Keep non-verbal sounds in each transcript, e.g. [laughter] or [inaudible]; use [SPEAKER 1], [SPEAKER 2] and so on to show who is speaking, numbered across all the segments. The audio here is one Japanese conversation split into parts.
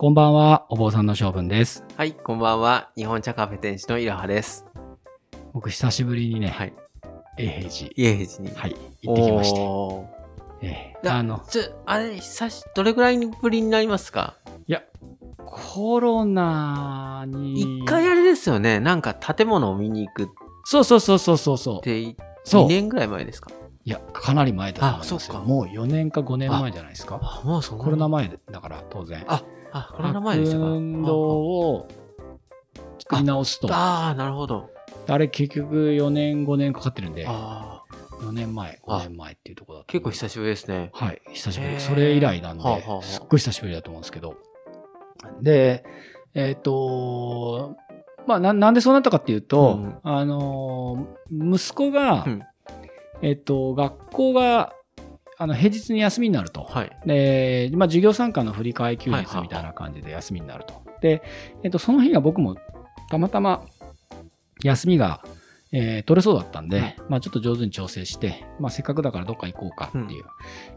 [SPEAKER 1] こんばんは、お坊さんの性分です。
[SPEAKER 2] はい、こんばんは。日本茶カフェ店主のいろはです。
[SPEAKER 1] 僕、久しぶりにね、
[SPEAKER 2] はい。
[SPEAKER 1] 永平寺、
[SPEAKER 2] 家平寺に。
[SPEAKER 1] はい、行ってきまして。
[SPEAKER 2] お
[SPEAKER 1] ええ
[SPEAKER 2] ー。
[SPEAKER 1] あ
[SPEAKER 2] あ
[SPEAKER 1] の
[SPEAKER 2] の、、ちょ、あれ、久し、どれぐらいぶりになりますか
[SPEAKER 1] コロナに。
[SPEAKER 2] 一回あれですよね。なんか建物を見に行くっ
[SPEAKER 1] そうそうそうそうそうそう。
[SPEAKER 2] て、
[SPEAKER 1] そ
[SPEAKER 2] 2
[SPEAKER 1] う。い
[SPEAKER 2] 年ぐらい前ですか
[SPEAKER 1] や、かなり前だと思いますよ
[SPEAKER 2] あそうか
[SPEAKER 1] もう4年か5年前じゃないですか。
[SPEAKER 2] あ、もうそんな
[SPEAKER 1] コロナ前だから、当然。
[SPEAKER 2] ああ、コロナ前でしたか。
[SPEAKER 1] 運動を作り直すと。あ
[SPEAKER 2] ああ、なるほど。
[SPEAKER 1] れ、結局4年、5年かかってるんで、
[SPEAKER 2] ああ、
[SPEAKER 1] 4年前、5年前っていうところだと
[SPEAKER 2] 結構久しぶりですね。
[SPEAKER 1] はい、久しぶ
[SPEAKER 2] へ
[SPEAKER 1] り。
[SPEAKER 2] ー
[SPEAKER 1] それ以来なんで、
[SPEAKER 2] はあはあはあ
[SPEAKER 1] すっごい久しぶりだと思うんですけど。で、えっ、と、まあな、なんでそうなったかっていうと、
[SPEAKER 2] うん
[SPEAKER 1] あのー、息子が、
[SPEAKER 2] うん
[SPEAKER 1] えっ、と、学校が、あの、平日に休みになると。 [laughs]
[SPEAKER 2] はい。
[SPEAKER 1] で、まあ、授業参加の振り替え休日みたいな感じで休みになると。で、えっ、と、その日が僕もたまたま休みが、えー取れそうだったんで、
[SPEAKER 2] うん
[SPEAKER 1] まあ、ちょっと上手に調整して、まあ、せっかくだからどっか行こうかっていう、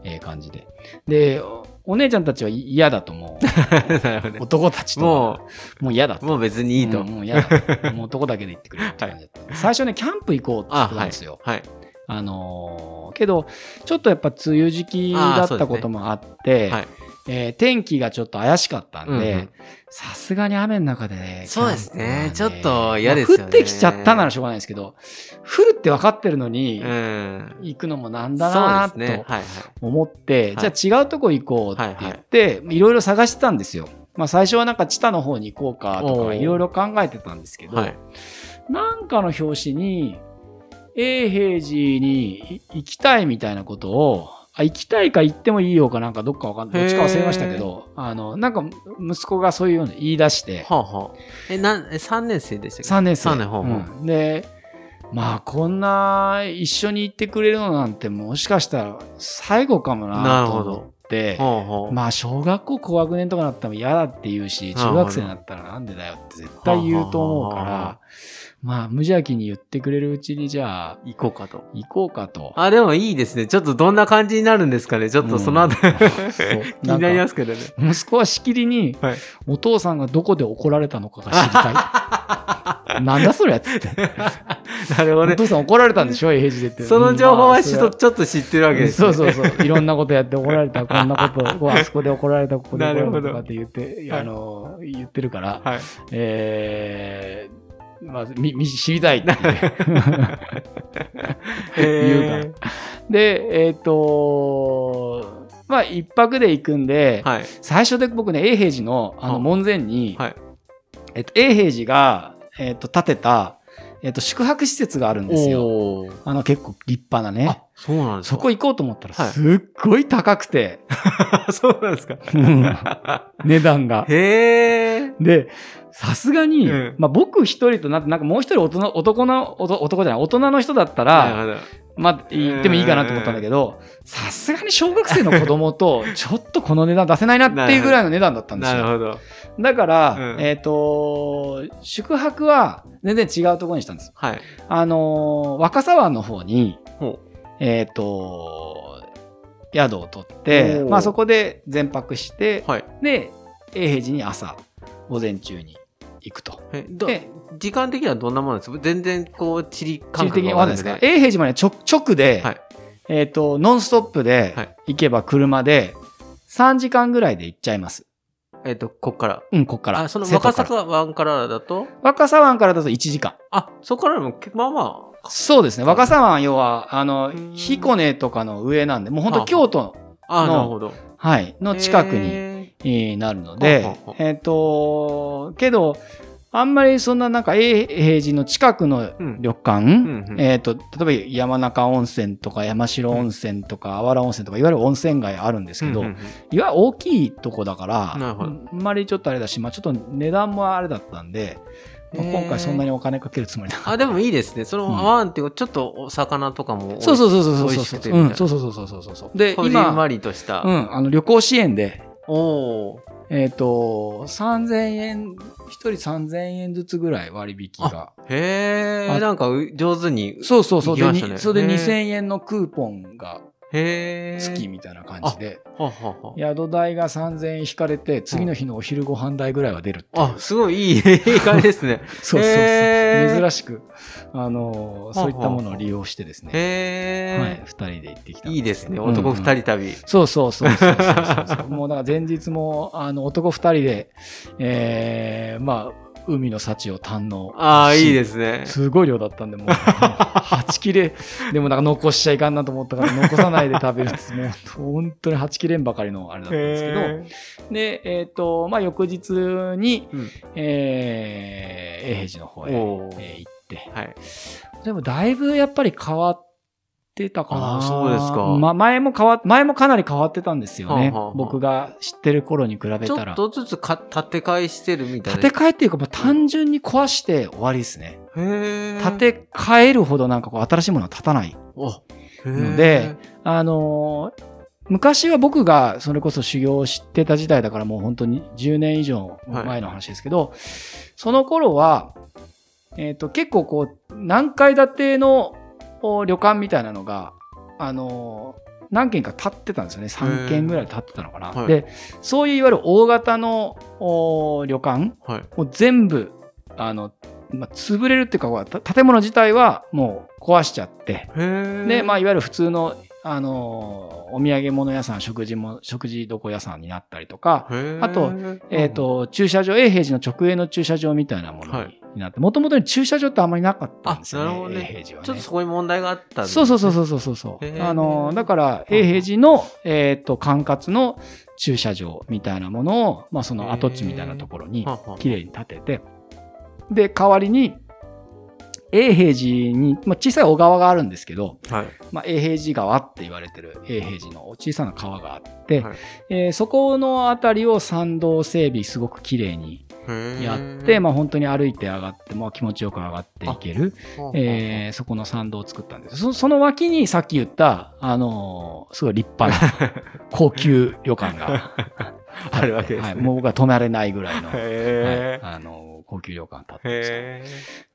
[SPEAKER 1] えー感じで。で、おお姉ちゃんたちはい嫌だとも
[SPEAKER 2] なるほどね
[SPEAKER 1] う、男たちと
[SPEAKER 2] も
[SPEAKER 1] もう嫌だ
[SPEAKER 2] う、
[SPEAKER 1] と。
[SPEAKER 2] もう別にいいと。
[SPEAKER 1] うんもう嫌だ。もう男だけで行ってくれって感じだった。最初ね、キャンプ行こうって言
[SPEAKER 2] あ
[SPEAKER 1] っ
[SPEAKER 2] ー
[SPEAKER 1] てた
[SPEAKER 2] は
[SPEAKER 1] ん
[SPEAKER 2] い
[SPEAKER 1] ですよ。。
[SPEAKER 2] はい。
[SPEAKER 1] あのーけど、ちょっとやっぱ梅雨時期だったこともあって、
[SPEAKER 2] あーそうですねはい
[SPEAKER 1] えー天気がちょっと怪しかったん
[SPEAKER 2] うんう
[SPEAKER 1] で
[SPEAKER 2] ん、
[SPEAKER 1] さすがに雨の中でね、
[SPEAKER 2] そうですね
[SPEAKER 1] キャンプは
[SPEAKER 2] ちょっと嫌ですよね
[SPEAKER 1] まあ降ってきちゃったならしょうがないですけど、降るって分かってるのに、
[SPEAKER 2] うん。
[SPEAKER 1] 行くのもなんだな
[SPEAKER 2] そう
[SPEAKER 1] ー
[SPEAKER 2] ですね。
[SPEAKER 1] と
[SPEAKER 2] はいはい。
[SPEAKER 1] 思って、
[SPEAKER 2] はい
[SPEAKER 1] じゃあ違うとこ行こうって言って、いろいろ探してたんですよ。まあ最初はなんか知多の方に行こうかと
[SPEAKER 2] お
[SPEAKER 1] か、
[SPEAKER 2] ー
[SPEAKER 1] いろいろ考えてたんですけど、
[SPEAKER 2] はい。
[SPEAKER 1] なんかの表紙に、永平寺にい行きたいみたいなことを、あ行きたいか行ってもいいよかなんかどっかわかんない。どっちか忘れましたけど、あの、なんか息子がそういうの言い出して、
[SPEAKER 2] はあはあ。え、なん、え、3年生でしたっけ
[SPEAKER 1] 3年生。
[SPEAKER 2] 三年ほうほう
[SPEAKER 1] うんで、まあこんな一緒に行ってくれるのなんてもしかしたら最後かも
[SPEAKER 2] な
[SPEAKER 1] な
[SPEAKER 2] る
[SPEAKER 1] と
[SPEAKER 2] ほど
[SPEAKER 1] 思って、
[SPEAKER 2] ほうほう。
[SPEAKER 1] まあ小学校高学年とかになったら嫌だって言うし、
[SPEAKER 2] なるほ
[SPEAKER 1] 中
[SPEAKER 2] ど
[SPEAKER 1] 学生になったらなんでだよって絶対言うと思うか
[SPEAKER 2] はあはあはあは
[SPEAKER 1] ら、まあ無邪気に言ってくれるうちにじゃあ
[SPEAKER 2] 行こうかと。
[SPEAKER 1] 行こうかと。
[SPEAKER 2] あ、でもいいですね。ちょっとどんな感じになるんですかね。ちょっとその後、
[SPEAKER 1] うんそう
[SPEAKER 2] [laughs] 気になりますけどね。 [laughs]
[SPEAKER 1] 息子はしきりに、
[SPEAKER 2] はい
[SPEAKER 1] お父さんがどこで怒られたのかが知りたい。
[SPEAKER 2] [laughs]
[SPEAKER 1] なんだそれやつって。
[SPEAKER 2] なるほ
[SPEAKER 1] お
[SPEAKER 2] どね。
[SPEAKER 1] 父さん怒られたんでしょ、平時でって。
[SPEAKER 2] その情報はちょっ
[SPEAKER 1] と
[SPEAKER 2] とちょっと知ってるわけです
[SPEAKER 1] そ
[SPEAKER 2] ね。
[SPEAKER 1] うそうそう。いろんなことやって怒られた、こんなこと、こうあそこで怒られた、ここで怒られたとかって言って、
[SPEAKER 2] な
[SPEAKER 1] あ
[SPEAKER 2] る
[SPEAKER 1] の、言ってるから、
[SPEAKER 2] はい。
[SPEAKER 1] えー、まず、み、み、知りたいっていう。言う
[SPEAKER 2] か
[SPEAKER 1] [laughs] で、えっ、とまあ、一泊で行くんで、
[SPEAKER 2] はい。
[SPEAKER 1] 最初で僕ね、永平寺の、あの、
[SPEAKER 2] あ
[SPEAKER 1] 門前に、
[SPEAKER 2] はい
[SPEAKER 1] えっと、永平寺が、えっ、と、建てた、えっ、と、宿泊施設があるんですよ。
[SPEAKER 2] おー
[SPEAKER 1] あの、結構立派なね
[SPEAKER 2] あ。、そうなんですか。
[SPEAKER 1] そこ行こうと思ったら、
[SPEAKER 2] はい [laughs]
[SPEAKER 1] すっごい高くて、
[SPEAKER 2] そうなんですか。
[SPEAKER 1] 値段が。
[SPEAKER 2] へえ。
[SPEAKER 1] で、さすがに、
[SPEAKER 2] うん
[SPEAKER 1] まあ僕一人となって、なんかもう一人大人男の、おと男じゃない、大人の人だったら、
[SPEAKER 2] なる
[SPEAKER 1] まあ、言ってもいいかなと思ったんだけど、さすがに小学生の子供
[SPEAKER 2] [laughs]
[SPEAKER 1] と、ちょっとこの値段出せないなっていうぐらいの値段だったん
[SPEAKER 2] ほど。
[SPEAKER 1] です
[SPEAKER 2] なる
[SPEAKER 1] よ。
[SPEAKER 2] ほど。
[SPEAKER 1] だから、
[SPEAKER 2] うん
[SPEAKER 1] えっ、と、宿泊は全然違うところにしたんです。
[SPEAKER 2] はい。
[SPEAKER 1] あのー若狭湾の方に、
[SPEAKER 2] ほ
[SPEAKER 1] えっ、と、宿を取って、
[SPEAKER 2] おー
[SPEAKER 1] まあそこで全泊して
[SPEAKER 2] う。、はい。
[SPEAKER 1] で、永平寺に朝、午前中に行くと。
[SPEAKER 2] え、ど
[SPEAKER 1] で
[SPEAKER 2] 時間的にはどんなものなんですか全然こう、地理
[SPEAKER 1] 地
[SPEAKER 2] 感
[SPEAKER 1] 理的
[SPEAKER 2] 覚
[SPEAKER 1] に
[SPEAKER 2] が
[SPEAKER 1] わかんないですか永平寺まで直直で、
[SPEAKER 2] はい
[SPEAKER 1] えっ、と、ノンストップ
[SPEAKER 2] は
[SPEAKER 1] で
[SPEAKER 2] い
[SPEAKER 1] 行けば車で3時間ぐらいで行っちゃいます。
[SPEAKER 2] えっと、こっから。
[SPEAKER 1] うん、こっから。
[SPEAKER 2] あ、その
[SPEAKER 1] 瀬戸
[SPEAKER 2] 若
[SPEAKER 1] から
[SPEAKER 2] 坂湾からだと
[SPEAKER 1] 若狭湾からだと1時間。
[SPEAKER 2] あ、そこからでも、けまあま
[SPEAKER 1] そうですね。若狭湾、要は、あの
[SPEAKER 2] う、ん
[SPEAKER 1] 彦根とかの上なんで、もう本
[SPEAKER 2] は
[SPEAKER 1] 当
[SPEAKER 2] あ
[SPEAKER 1] 京都、
[SPEAKER 2] あ、あ
[SPEAKER 1] の
[SPEAKER 2] なるほど。
[SPEAKER 1] はい、の近くに、
[SPEAKER 2] へ
[SPEAKER 1] えーなるので
[SPEAKER 2] はあは、あ
[SPEAKER 1] えっ、と、けど、あんまりそんななんか永平寺の近くの
[SPEAKER 2] うん
[SPEAKER 1] 旅館、
[SPEAKER 2] ー。うんうん。
[SPEAKER 1] えー、と例えば山中温泉とか山城温泉とかあわら温泉とかいわゆる温泉街あるんですけど、
[SPEAKER 2] うんうんうん
[SPEAKER 1] いわゆる大きいとこだから
[SPEAKER 2] なるほど
[SPEAKER 1] あんまりちょっとあれだし、まあ、ちょっと値段もあれだったんで、まあ
[SPEAKER 2] へー
[SPEAKER 1] 今回そんなにお金かけるつもりなかった
[SPEAKER 2] あ、でもいいですね。そ
[SPEAKER 1] う
[SPEAKER 2] の
[SPEAKER 1] ん
[SPEAKER 2] 湾っていうか、ちょっとお魚とかも多い。
[SPEAKER 1] そうそうそうそう
[SPEAKER 2] 美
[SPEAKER 1] そう
[SPEAKER 2] 味し
[SPEAKER 1] そ
[SPEAKER 2] く
[SPEAKER 1] う
[SPEAKER 2] て
[SPEAKER 1] う
[SPEAKER 2] みたい
[SPEAKER 1] ん
[SPEAKER 2] な
[SPEAKER 1] そうそうそうそうそうそうそうで
[SPEAKER 2] こじん
[SPEAKER 1] 今
[SPEAKER 2] わ、りとした。
[SPEAKER 1] うん、あの旅行支援で、
[SPEAKER 2] おー
[SPEAKER 1] えー、と3000円1人3000円ずつぐらい割引が
[SPEAKER 2] へ
[SPEAKER 1] あ
[SPEAKER 2] え、なんかう上手に。
[SPEAKER 1] そうそうそうで,
[SPEAKER 2] 行き
[SPEAKER 1] に、
[SPEAKER 2] ましたね
[SPEAKER 1] それで
[SPEAKER 2] へー
[SPEAKER 1] 2000円のクーポンが
[SPEAKER 2] へえ。
[SPEAKER 1] 月みたいな感じで、
[SPEAKER 2] はあはあは
[SPEAKER 1] 宿代が3000円引かれて、次の日のお昼ご飯代ぐらいは出るっていう。
[SPEAKER 2] あ。あ、すごいいい [laughs] いい感じですね。
[SPEAKER 1] そうそうそう。
[SPEAKER 2] へー
[SPEAKER 1] 珍しく、あのー、そういったものを利用してですね、
[SPEAKER 2] へえ、
[SPEAKER 1] はい、2人で行ってきたん
[SPEAKER 2] い。いですね。
[SPEAKER 1] けどうん
[SPEAKER 2] 男二
[SPEAKER 1] うん
[SPEAKER 2] 人旅。
[SPEAKER 1] そうそうそうそうそうそうそうもうだから前日も、あの、男2人で、えー、まあ、海の幸を堪能。
[SPEAKER 2] ああ、いいですね。
[SPEAKER 1] すごい量だったんで、もう、8切れ、でもなんか残しちゃいかんなと思ったから、残さないで食べるって、もう本当に8切れんばかりのあれだったんですけど、
[SPEAKER 2] へ
[SPEAKER 1] で、えっ、と、まあ、翌日に、
[SPEAKER 2] うん
[SPEAKER 1] えー永平寺の方へ、
[SPEAKER 2] おー
[SPEAKER 1] えー行って
[SPEAKER 2] ー、はい。
[SPEAKER 1] でも、だいぶやっぱり変わってたかな。
[SPEAKER 2] あーそうですか
[SPEAKER 1] ま、前も変わ、前もかなり変わってたんですよね。
[SPEAKER 2] はあはあはあ
[SPEAKER 1] 僕が知ってる頃に比べ
[SPEAKER 2] ちょ
[SPEAKER 1] たら
[SPEAKER 2] っ。とずつか立て替えしてるみたい
[SPEAKER 1] 建
[SPEAKER 2] な。
[SPEAKER 1] て替えっていうか、まあ、単純に壊して終わりですね。
[SPEAKER 2] へー
[SPEAKER 1] 建て替えるほどなんかこう新しいものは建たない。
[SPEAKER 2] お
[SPEAKER 1] ので、あのー昔は僕がそれこそ修行を知ってた時代だからもう本当に10年以上前の話ですけど、その頃は、えっと結構こう何階建てのお旅館みたいなのが、あのー何軒か建ってたんですよね3軒ぐらい建ってたのかな、
[SPEAKER 2] はい
[SPEAKER 1] でそういういわゆる大型のお旅館
[SPEAKER 2] へーはい。
[SPEAKER 1] もう全部あの、まあ、潰れるっていうかた建物自体はもう壊しちゃって、
[SPEAKER 2] へー
[SPEAKER 1] で、まあ、いわゆる普通の、あのーお土産物屋さん、食事も、食事どこ屋さんになったりとか、
[SPEAKER 2] へー
[SPEAKER 1] あと、えっ、、と、駐車場、永平寺の直営の駐車場みたいなものに,、
[SPEAKER 2] はい
[SPEAKER 1] なって、もともと駐車場ってあんまりなかったんですよ
[SPEAKER 2] あなるほ
[SPEAKER 1] ね、
[SPEAKER 2] どね
[SPEAKER 1] 永平寺は、ね。
[SPEAKER 2] ちょっとそこに問題があったんです
[SPEAKER 1] そ
[SPEAKER 2] ね
[SPEAKER 1] うそうそうそうそうそう。
[SPEAKER 2] へー
[SPEAKER 1] あのー、だから、永平寺の、えっ、と、管轄の駐車場みたいなものを、まあ、その跡地みたいなところに、
[SPEAKER 2] はあはあ
[SPEAKER 1] 綺麗に建てて、で、代わりに、永平寺に、まあ、小さい小川があるんですけど、
[SPEAKER 2] はい。
[SPEAKER 1] まあ、永平寺川って言われてる永平寺の小さな川があって、
[SPEAKER 2] はい
[SPEAKER 1] えーそこの辺りを参道整備すごく綺麗にやって、まあ、本当に歩いて上がって、まあ、気持ちよく上がっていける、
[SPEAKER 2] あ
[SPEAKER 1] えーそこの参道を作ったんですそその脇にさっき言った、あのーすごい立派な
[SPEAKER 2] [laughs]
[SPEAKER 1] 高級旅館が
[SPEAKER 2] あるわけですね
[SPEAKER 1] はい、もう僕は泊まれないぐらいの、はい
[SPEAKER 2] へー
[SPEAKER 1] あのー高級旅館建ってました
[SPEAKER 2] へ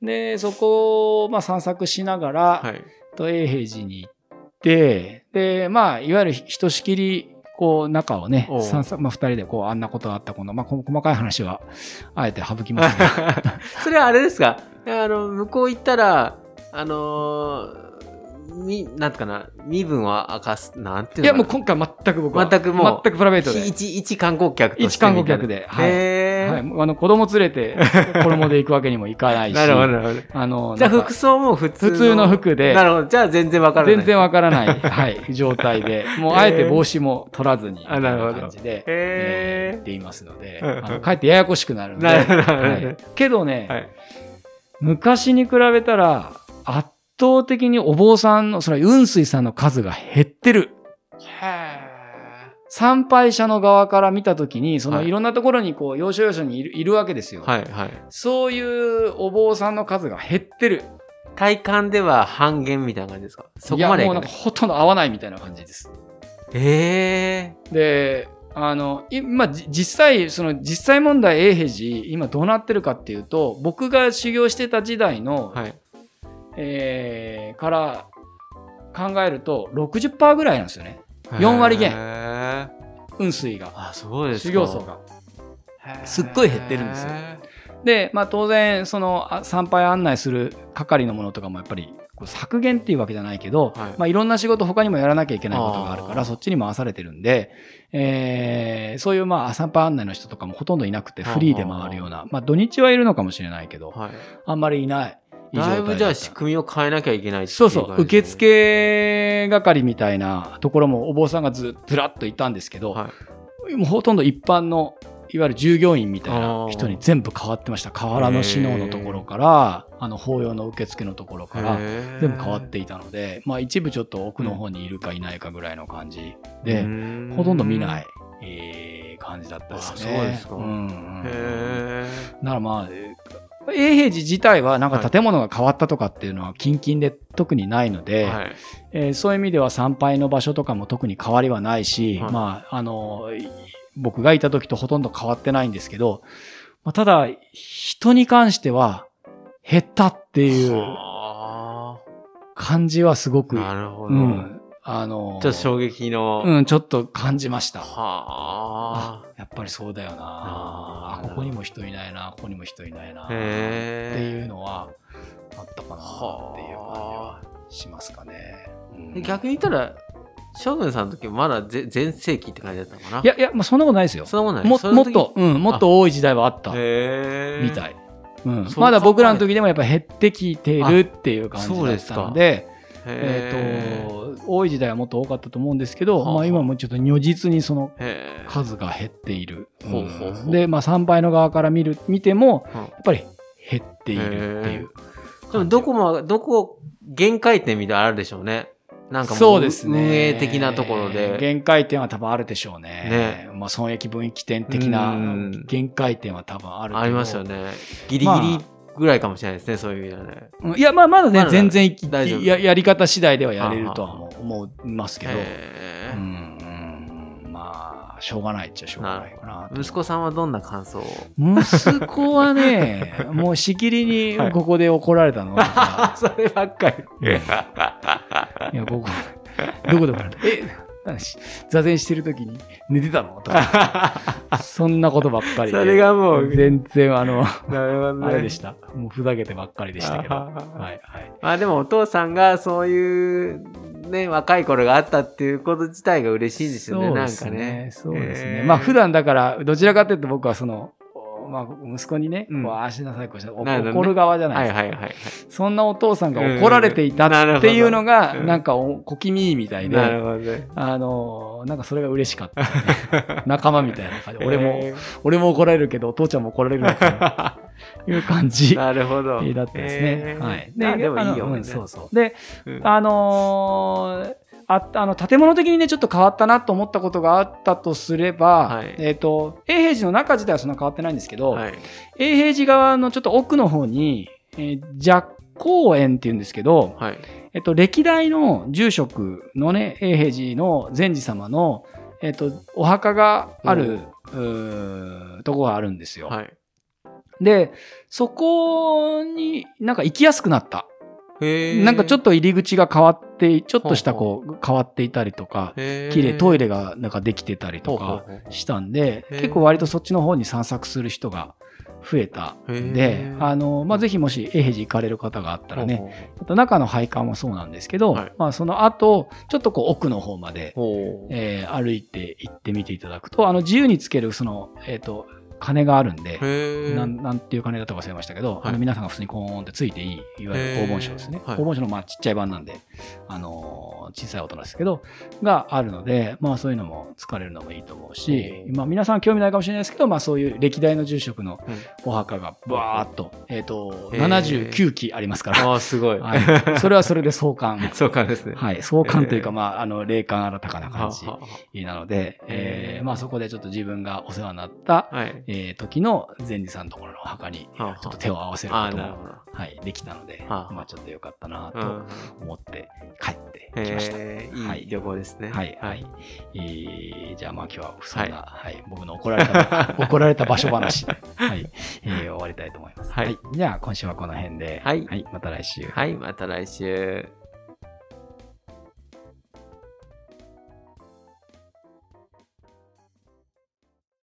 [SPEAKER 1] でそこを、まあ、散策しながら、
[SPEAKER 2] ーはい。
[SPEAKER 1] と永平寺に行ってでまあいわゆるひとしきりこう中をね
[SPEAKER 2] おう
[SPEAKER 1] 三三まあ、2人でこうあんなことあったこの、まあ、こ細かい話はあえて省きます
[SPEAKER 2] [laughs]
[SPEAKER 1] が
[SPEAKER 2] [laughs] それはあれですかあの向こう行ったらあのーみなんていうかな身分は明かすなんて
[SPEAKER 1] い
[SPEAKER 2] いう
[SPEAKER 1] やも
[SPEAKER 2] の
[SPEAKER 1] う
[SPEAKER 2] か
[SPEAKER 1] 今回全く僕は
[SPEAKER 2] 全くもう
[SPEAKER 1] 全くプライベー
[SPEAKER 2] な
[SPEAKER 1] トで
[SPEAKER 2] 一一観光客として
[SPEAKER 1] 一観光客
[SPEAKER 2] で、
[SPEAKER 1] で、はい
[SPEAKER 2] へ
[SPEAKER 1] はい、
[SPEAKER 2] ー
[SPEAKER 1] もうあの子供連れて子供で行くわけにもいかないし
[SPEAKER 2] [laughs] なるほどなるほど
[SPEAKER 1] あの
[SPEAKER 2] じゃあ
[SPEAKER 1] なんか
[SPEAKER 2] 服装も普通
[SPEAKER 1] 普通の服で
[SPEAKER 2] なるほどじゃあ全然わからない
[SPEAKER 1] 全然わからない、はい、状態
[SPEAKER 2] [laughs]
[SPEAKER 1] でもうあえて帽子も取らずにみた
[SPEAKER 2] あ
[SPEAKER 1] い
[SPEAKER 2] なるほど
[SPEAKER 1] な感じで、
[SPEAKER 2] へー
[SPEAKER 1] 行っていますの
[SPEAKER 2] [laughs]
[SPEAKER 1] で、
[SPEAKER 2] うんうん
[SPEAKER 1] あのかえってややこしくなるので。
[SPEAKER 2] なるほどなるほど
[SPEAKER 1] はいけどね、
[SPEAKER 2] はい
[SPEAKER 1] 昔に比べたら圧倒的にお坊さんのそれは雲水さんの数が減ってる参拝者の側から見た時にその
[SPEAKER 2] はい
[SPEAKER 1] いろんなところにこう要所要所にいるいるわけですよ、
[SPEAKER 2] はいはい
[SPEAKER 1] そういうお坊さんの数が減ってる
[SPEAKER 2] 体感では半減みたいな感じですかそこまで
[SPEAKER 1] い
[SPEAKER 2] い
[SPEAKER 1] やもうない
[SPEAKER 2] かな
[SPEAKER 1] んかほとんど合わないみたいな感じです
[SPEAKER 2] え
[SPEAKER 1] であの今じ実際その実際問題永平寺今どうなってるかっていうと僕が修行してた時代の
[SPEAKER 2] ー、はい
[SPEAKER 1] えーから考えると60%ぐらいなんですよね四割減
[SPEAKER 2] へー
[SPEAKER 1] 運水が
[SPEAKER 2] あそうですか
[SPEAKER 1] 修行僧が。すっごい減ってるんですよ
[SPEAKER 2] へ
[SPEAKER 1] で、まあ、当然そのあ参拝案内する係のものとかもやっぱりこう削減っていうわけじゃないけど、
[SPEAKER 2] はい
[SPEAKER 1] いまあ、いろんな仕事他にもやらなきゃいけないことがあるか
[SPEAKER 2] あー
[SPEAKER 1] らそっちに回されてるんで、えーそういうまあ参拝案内の人とかもほとんどいなくて
[SPEAKER 2] あー
[SPEAKER 1] フリーで回るような、まあ、土日はいるのかもしれないけ
[SPEAKER 2] ー
[SPEAKER 1] ど
[SPEAKER 2] はい
[SPEAKER 1] あんまりいないいい状態
[SPEAKER 2] だいぶじ
[SPEAKER 1] だ
[SPEAKER 2] ゃあ
[SPEAKER 1] った
[SPEAKER 2] 仕組みを変えなきゃいけないってい
[SPEAKER 1] そうそう、
[SPEAKER 2] 感じ
[SPEAKER 1] 受
[SPEAKER 2] ですね
[SPEAKER 1] 付係みたいなところもお坊さんがずずらっといたんですけど、
[SPEAKER 2] は
[SPEAKER 1] もうほとんど一般のいわゆる従業員みたい
[SPEAKER 2] あ
[SPEAKER 1] な
[SPEAKER 2] ー
[SPEAKER 1] 人に全部変わってました河原の志能のところからあの法要の受付のところか
[SPEAKER 2] い
[SPEAKER 1] ら
[SPEAKER 2] へー
[SPEAKER 1] 全部変わっていたので、まあ、一部ちょっと奥の方にいるかいないかぐらいの感じで、
[SPEAKER 2] うー
[SPEAKER 1] ほとんど見ない、えー感じだったですね。
[SPEAKER 2] あそうですか
[SPEAKER 1] んうん
[SPEAKER 2] へー
[SPEAKER 1] ならまあえー永平寺自体はなんか建物が変わったとかっていうのは近々で特にないので、
[SPEAKER 2] はい
[SPEAKER 1] えーそういう意味では参拝の場所とかも特に変わりはないし、
[SPEAKER 2] はい
[SPEAKER 1] まあ、あの、い僕がいた時とほとんど変わってないんですけど、まあ、ただ、人に関しては減ったっていう
[SPEAKER 2] は
[SPEAKER 1] 感じはすご
[SPEAKER 2] ー
[SPEAKER 1] く、
[SPEAKER 2] なるほ
[SPEAKER 1] う
[SPEAKER 2] ど
[SPEAKER 1] ん、あの、
[SPEAKER 2] っと衝撃の。
[SPEAKER 1] うん、ちょっと感じました。
[SPEAKER 2] は
[SPEAKER 1] やっぱりそうだよな
[SPEAKER 2] あー
[SPEAKER 1] あここにも人いないなここにも人いないな
[SPEAKER 2] あ。
[SPEAKER 1] って
[SPEAKER 2] へえ。
[SPEAKER 1] いうのはあったかなっていう感じは
[SPEAKER 2] は
[SPEAKER 1] しますかね、うん
[SPEAKER 2] あ。逆に言ったら、将軍さんの時まだぜ全盛期って感じだったのかない
[SPEAKER 1] やいや、まあ、そんなことないですよ
[SPEAKER 2] そんなもんない。
[SPEAKER 1] も
[SPEAKER 2] その
[SPEAKER 1] もっ
[SPEAKER 2] 時
[SPEAKER 1] と、うん、もっと多い時代はあった
[SPEAKER 2] へえ。
[SPEAKER 1] みた
[SPEAKER 2] い。
[SPEAKER 1] い、うん
[SPEAKER 2] そう、考え
[SPEAKER 1] まだ僕らの時でもやっぱ減ってきてるっていう感じだったのでえ
[SPEAKER 2] へ
[SPEAKER 1] ー、と多い時代はもっと多かったと思うんですけど、
[SPEAKER 2] はあ
[SPEAKER 1] まあ、今もちょっと如実にその
[SPEAKER 2] え。へえ。
[SPEAKER 1] 数が減っている、うん
[SPEAKER 2] ほうほうほう
[SPEAKER 1] で、まあ、参拝の側から見る見ても
[SPEAKER 2] うん
[SPEAKER 1] やっぱり減っているっていう
[SPEAKER 2] でもどこも、どこ、限界点みたいなのあるでしょうね。なんかも
[SPEAKER 1] そうですね
[SPEAKER 2] 運営的なところで。
[SPEAKER 1] 限界点は多分あるでしょうね
[SPEAKER 2] ね
[SPEAKER 1] まあ、損益分岐点的な
[SPEAKER 2] うん
[SPEAKER 1] 限界点は多分あるけど
[SPEAKER 2] ありますよね。ギリギリぐらいかもしれないですね、そういう意味ではね。
[SPEAKER 1] うんいやまあまだね、
[SPEAKER 2] まだ
[SPEAKER 1] 全然いき
[SPEAKER 2] 大丈夫
[SPEAKER 1] ややり方次第ではやれるとはもう思いますけど、
[SPEAKER 2] へ
[SPEAKER 1] う
[SPEAKER 2] ー
[SPEAKER 1] んうんまあしょうがないっちゃしょうがないかなと
[SPEAKER 2] 息子さんはどんな感想を
[SPEAKER 1] 息子はねもうしきりにここで怒られたのが、
[SPEAKER 2] [laughs] そればっかり。
[SPEAKER 1] い、や僕どこで怒られたえなんし座禅してる時に寝てたのとかそんなことばっかりで
[SPEAKER 2] それがもう、
[SPEAKER 1] 全然あの
[SPEAKER 2] なるほどね
[SPEAKER 1] あれでしたもうふざけてばっかりでしたけど
[SPEAKER 2] あ
[SPEAKER 1] は
[SPEAKER 2] ははい
[SPEAKER 1] はい
[SPEAKER 2] まあでもお父さんがそういう、ね、若い頃があったっていうこと自体が嬉しいんですよね、なんかね。
[SPEAKER 1] そうですね。
[SPEAKER 2] えー
[SPEAKER 1] まあ普段だから、どちらかというと僕はその、おまあ息子にね、
[SPEAKER 2] うん
[SPEAKER 1] こうああしなさい、こうしなさい、お
[SPEAKER 2] なるほどね
[SPEAKER 1] 怒る側じゃな
[SPEAKER 2] はいい
[SPEAKER 1] ですか、
[SPEAKER 2] はいはい。
[SPEAKER 1] そんなお父さんが怒られていたっていうのが、
[SPEAKER 2] うん
[SPEAKER 1] なんかお小気味いいみたい
[SPEAKER 2] なる
[SPEAKER 1] で、
[SPEAKER 2] ほどね。
[SPEAKER 1] あのーなんかそれが嬉しかったね、
[SPEAKER 2] [laughs]
[SPEAKER 1] 仲間みたいな感じ。俺も、
[SPEAKER 2] え
[SPEAKER 1] 俺も怒られるけど、お父ちゃんも怒られるみたいな
[SPEAKER 2] [laughs] ー
[SPEAKER 1] いう感じ。
[SPEAKER 2] なるほど。
[SPEAKER 1] だったですね。
[SPEAKER 2] えー
[SPEAKER 1] はい。
[SPEAKER 2] あでもいい
[SPEAKER 1] あ
[SPEAKER 2] よ
[SPEAKER 1] のう
[SPEAKER 2] ね。
[SPEAKER 1] ん、そうそう。で、
[SPEAKER 2] うん
[SPEAKER 1] あのーああの建物的にねちょっと変わったなと思ったことがあったとすれば、
[SPEAKER 2] はい
[SPEAKER 1] えっと永平寺の中自体はそんな変わってないんですけど、
[SPEAKER 2] はい。
[SPEAKER 1] 永平寺側のちょっと奥の方に、えー、若公園っていうんですけど、
[SPEAKER 2] はい。
[SPEAKER 1] えっと歴代の住職のね永平寺の善治様の、えっとお墓がある、うーとこがあるんですよ。
[SPEAKER 2] はい。
[SPEAKER 1] でそこになんか行きやすくなった
[SPEAKER 2] へー
[SPEAKER 1] なんかちょっと入り口が変わって、ちょっとした
[SPEAKER 2] ほ
[SPEAKER 1] こう変わっていたりとか、
[SPEAKER 2] へー
[SPEAKER 1] 綺麗トイレがなんかできてたり
[SPEAKER 2] ほ
[SPEAKER 1] と
[SPEAKER 2] うほう
[SPEAKER 1] か
[SPEAKER 2] ほう
[SPEAKER 1] したんで、
[SPEAKER 2] へー
[SPEAKER 1] 結構割とそっちの方に散策する人が増えたんで
[SPEAKER 2] へ、ー
[SPEAKER 1] あの、まあ、ぜひもし永平寺行かれる方があったらね、あと中の配管もそうなんですけど、
[SPEAKER 2] はい
[SPEAKER 1] まあその後、ちょっとこう奥の方まで、
[SPEAKER 2] ほうほうほう
[SPEAKER 1] えー歩いて行ってみていただくと、あの自由につけるその、えっ、と、鐘があるんで、
[SPEAKER 2] へー
[SPEAKER 1] なんなんていう金だったか忘れましたけど、
[SPEAKER 2] はい
[SPEAKER 1] あの皆さんが普通にコーンってついていいいわゆる黄金賞ですね、
[SPEAKER 2] へーはい
[SPEAKER 1] 黄金賞のまあちっちゃい版なんで、あのー小さい音なんですけどがあるので、まあ、そういうのも疲れるのもいいと思うし、
[SPEAKER 2] うん
[SPEAKER 1] まあ、皆さん興味ないかもしれないですけど、まあ、そういう歴代の住職の
[SPEAKER 2] うん
[SPEAKER 1] お墓がバーっと,、えー、と
[SPEAKER 2] へー
[SPEAKER 1] 79基ありますから、
[SPEAKER 2] ああ、すごい。
[SPEAKER 1] はい、それはそれで壮観、
[SPEAKER 2] [laughs] そうかですね。
[SPEAKER 1] はい、壮観という
[SPEAKER 2] へ
[SPEAKER 1] か、
[SPEAKER 2] ー
[SPEAKER 1] まあ、あの霊感新たかな感じ
[SPEAKER 2] はは
[SPEAKER 1] なので、え
[SPEAKER 2] へ
[SPEAKER 1] ー
[SPEAKER 2] ー
[SPEAKER 1] まあ、そこでちょっと自分がお世話になった
[SPEAKER 2] ははい。
[SPEAKER 1] えー時の善治さんのところのお墓に
[SPEAKER 2] はあはあ
[SPEAKER 1] ちょっと手を合わせる
[SPEAKER 2] あ
[SPEAKER 1] こ
[SPEAKER 2] あ、
[SPEAKER 1] と
[SPEAKER 2] なる
[SPEAKER 1] も、
[SPEAKER 2] ほど。
[SPEAKER 1] はい、できたので、
[SPEAKER 2] あはあ
[SPEAKER 1] まあ、ちょっと良かったな
[SPEAKER 2] う
[SPEAKER 1] と
[SPEAKER 2] ん
[SPEAKER 1] 思って帰ってきました。
[SPEAKER 2] へ
[SPEAKER 1] は
[SPEAKER 2] ー
[SPEAKER 1] い
[SPEAKER 2] いい旅行ですね。
[SPEAKER 1] はい、はい。えーじゃあ、まあ今日はそんな、はい、僕の怒られ
[SPEAKER 2] [laughs]
[SPEAKER 1] た、怒られた場所話、はい、えー終わりたいと思います。
[SPEAKER 2] はい
[SPEAKER 1] じゃあ、今週はこの辺で、
[SPEAKER 2] はい
[SPEAKER 1] はい、また来週。
[SPEAKER 2] はい、また来週。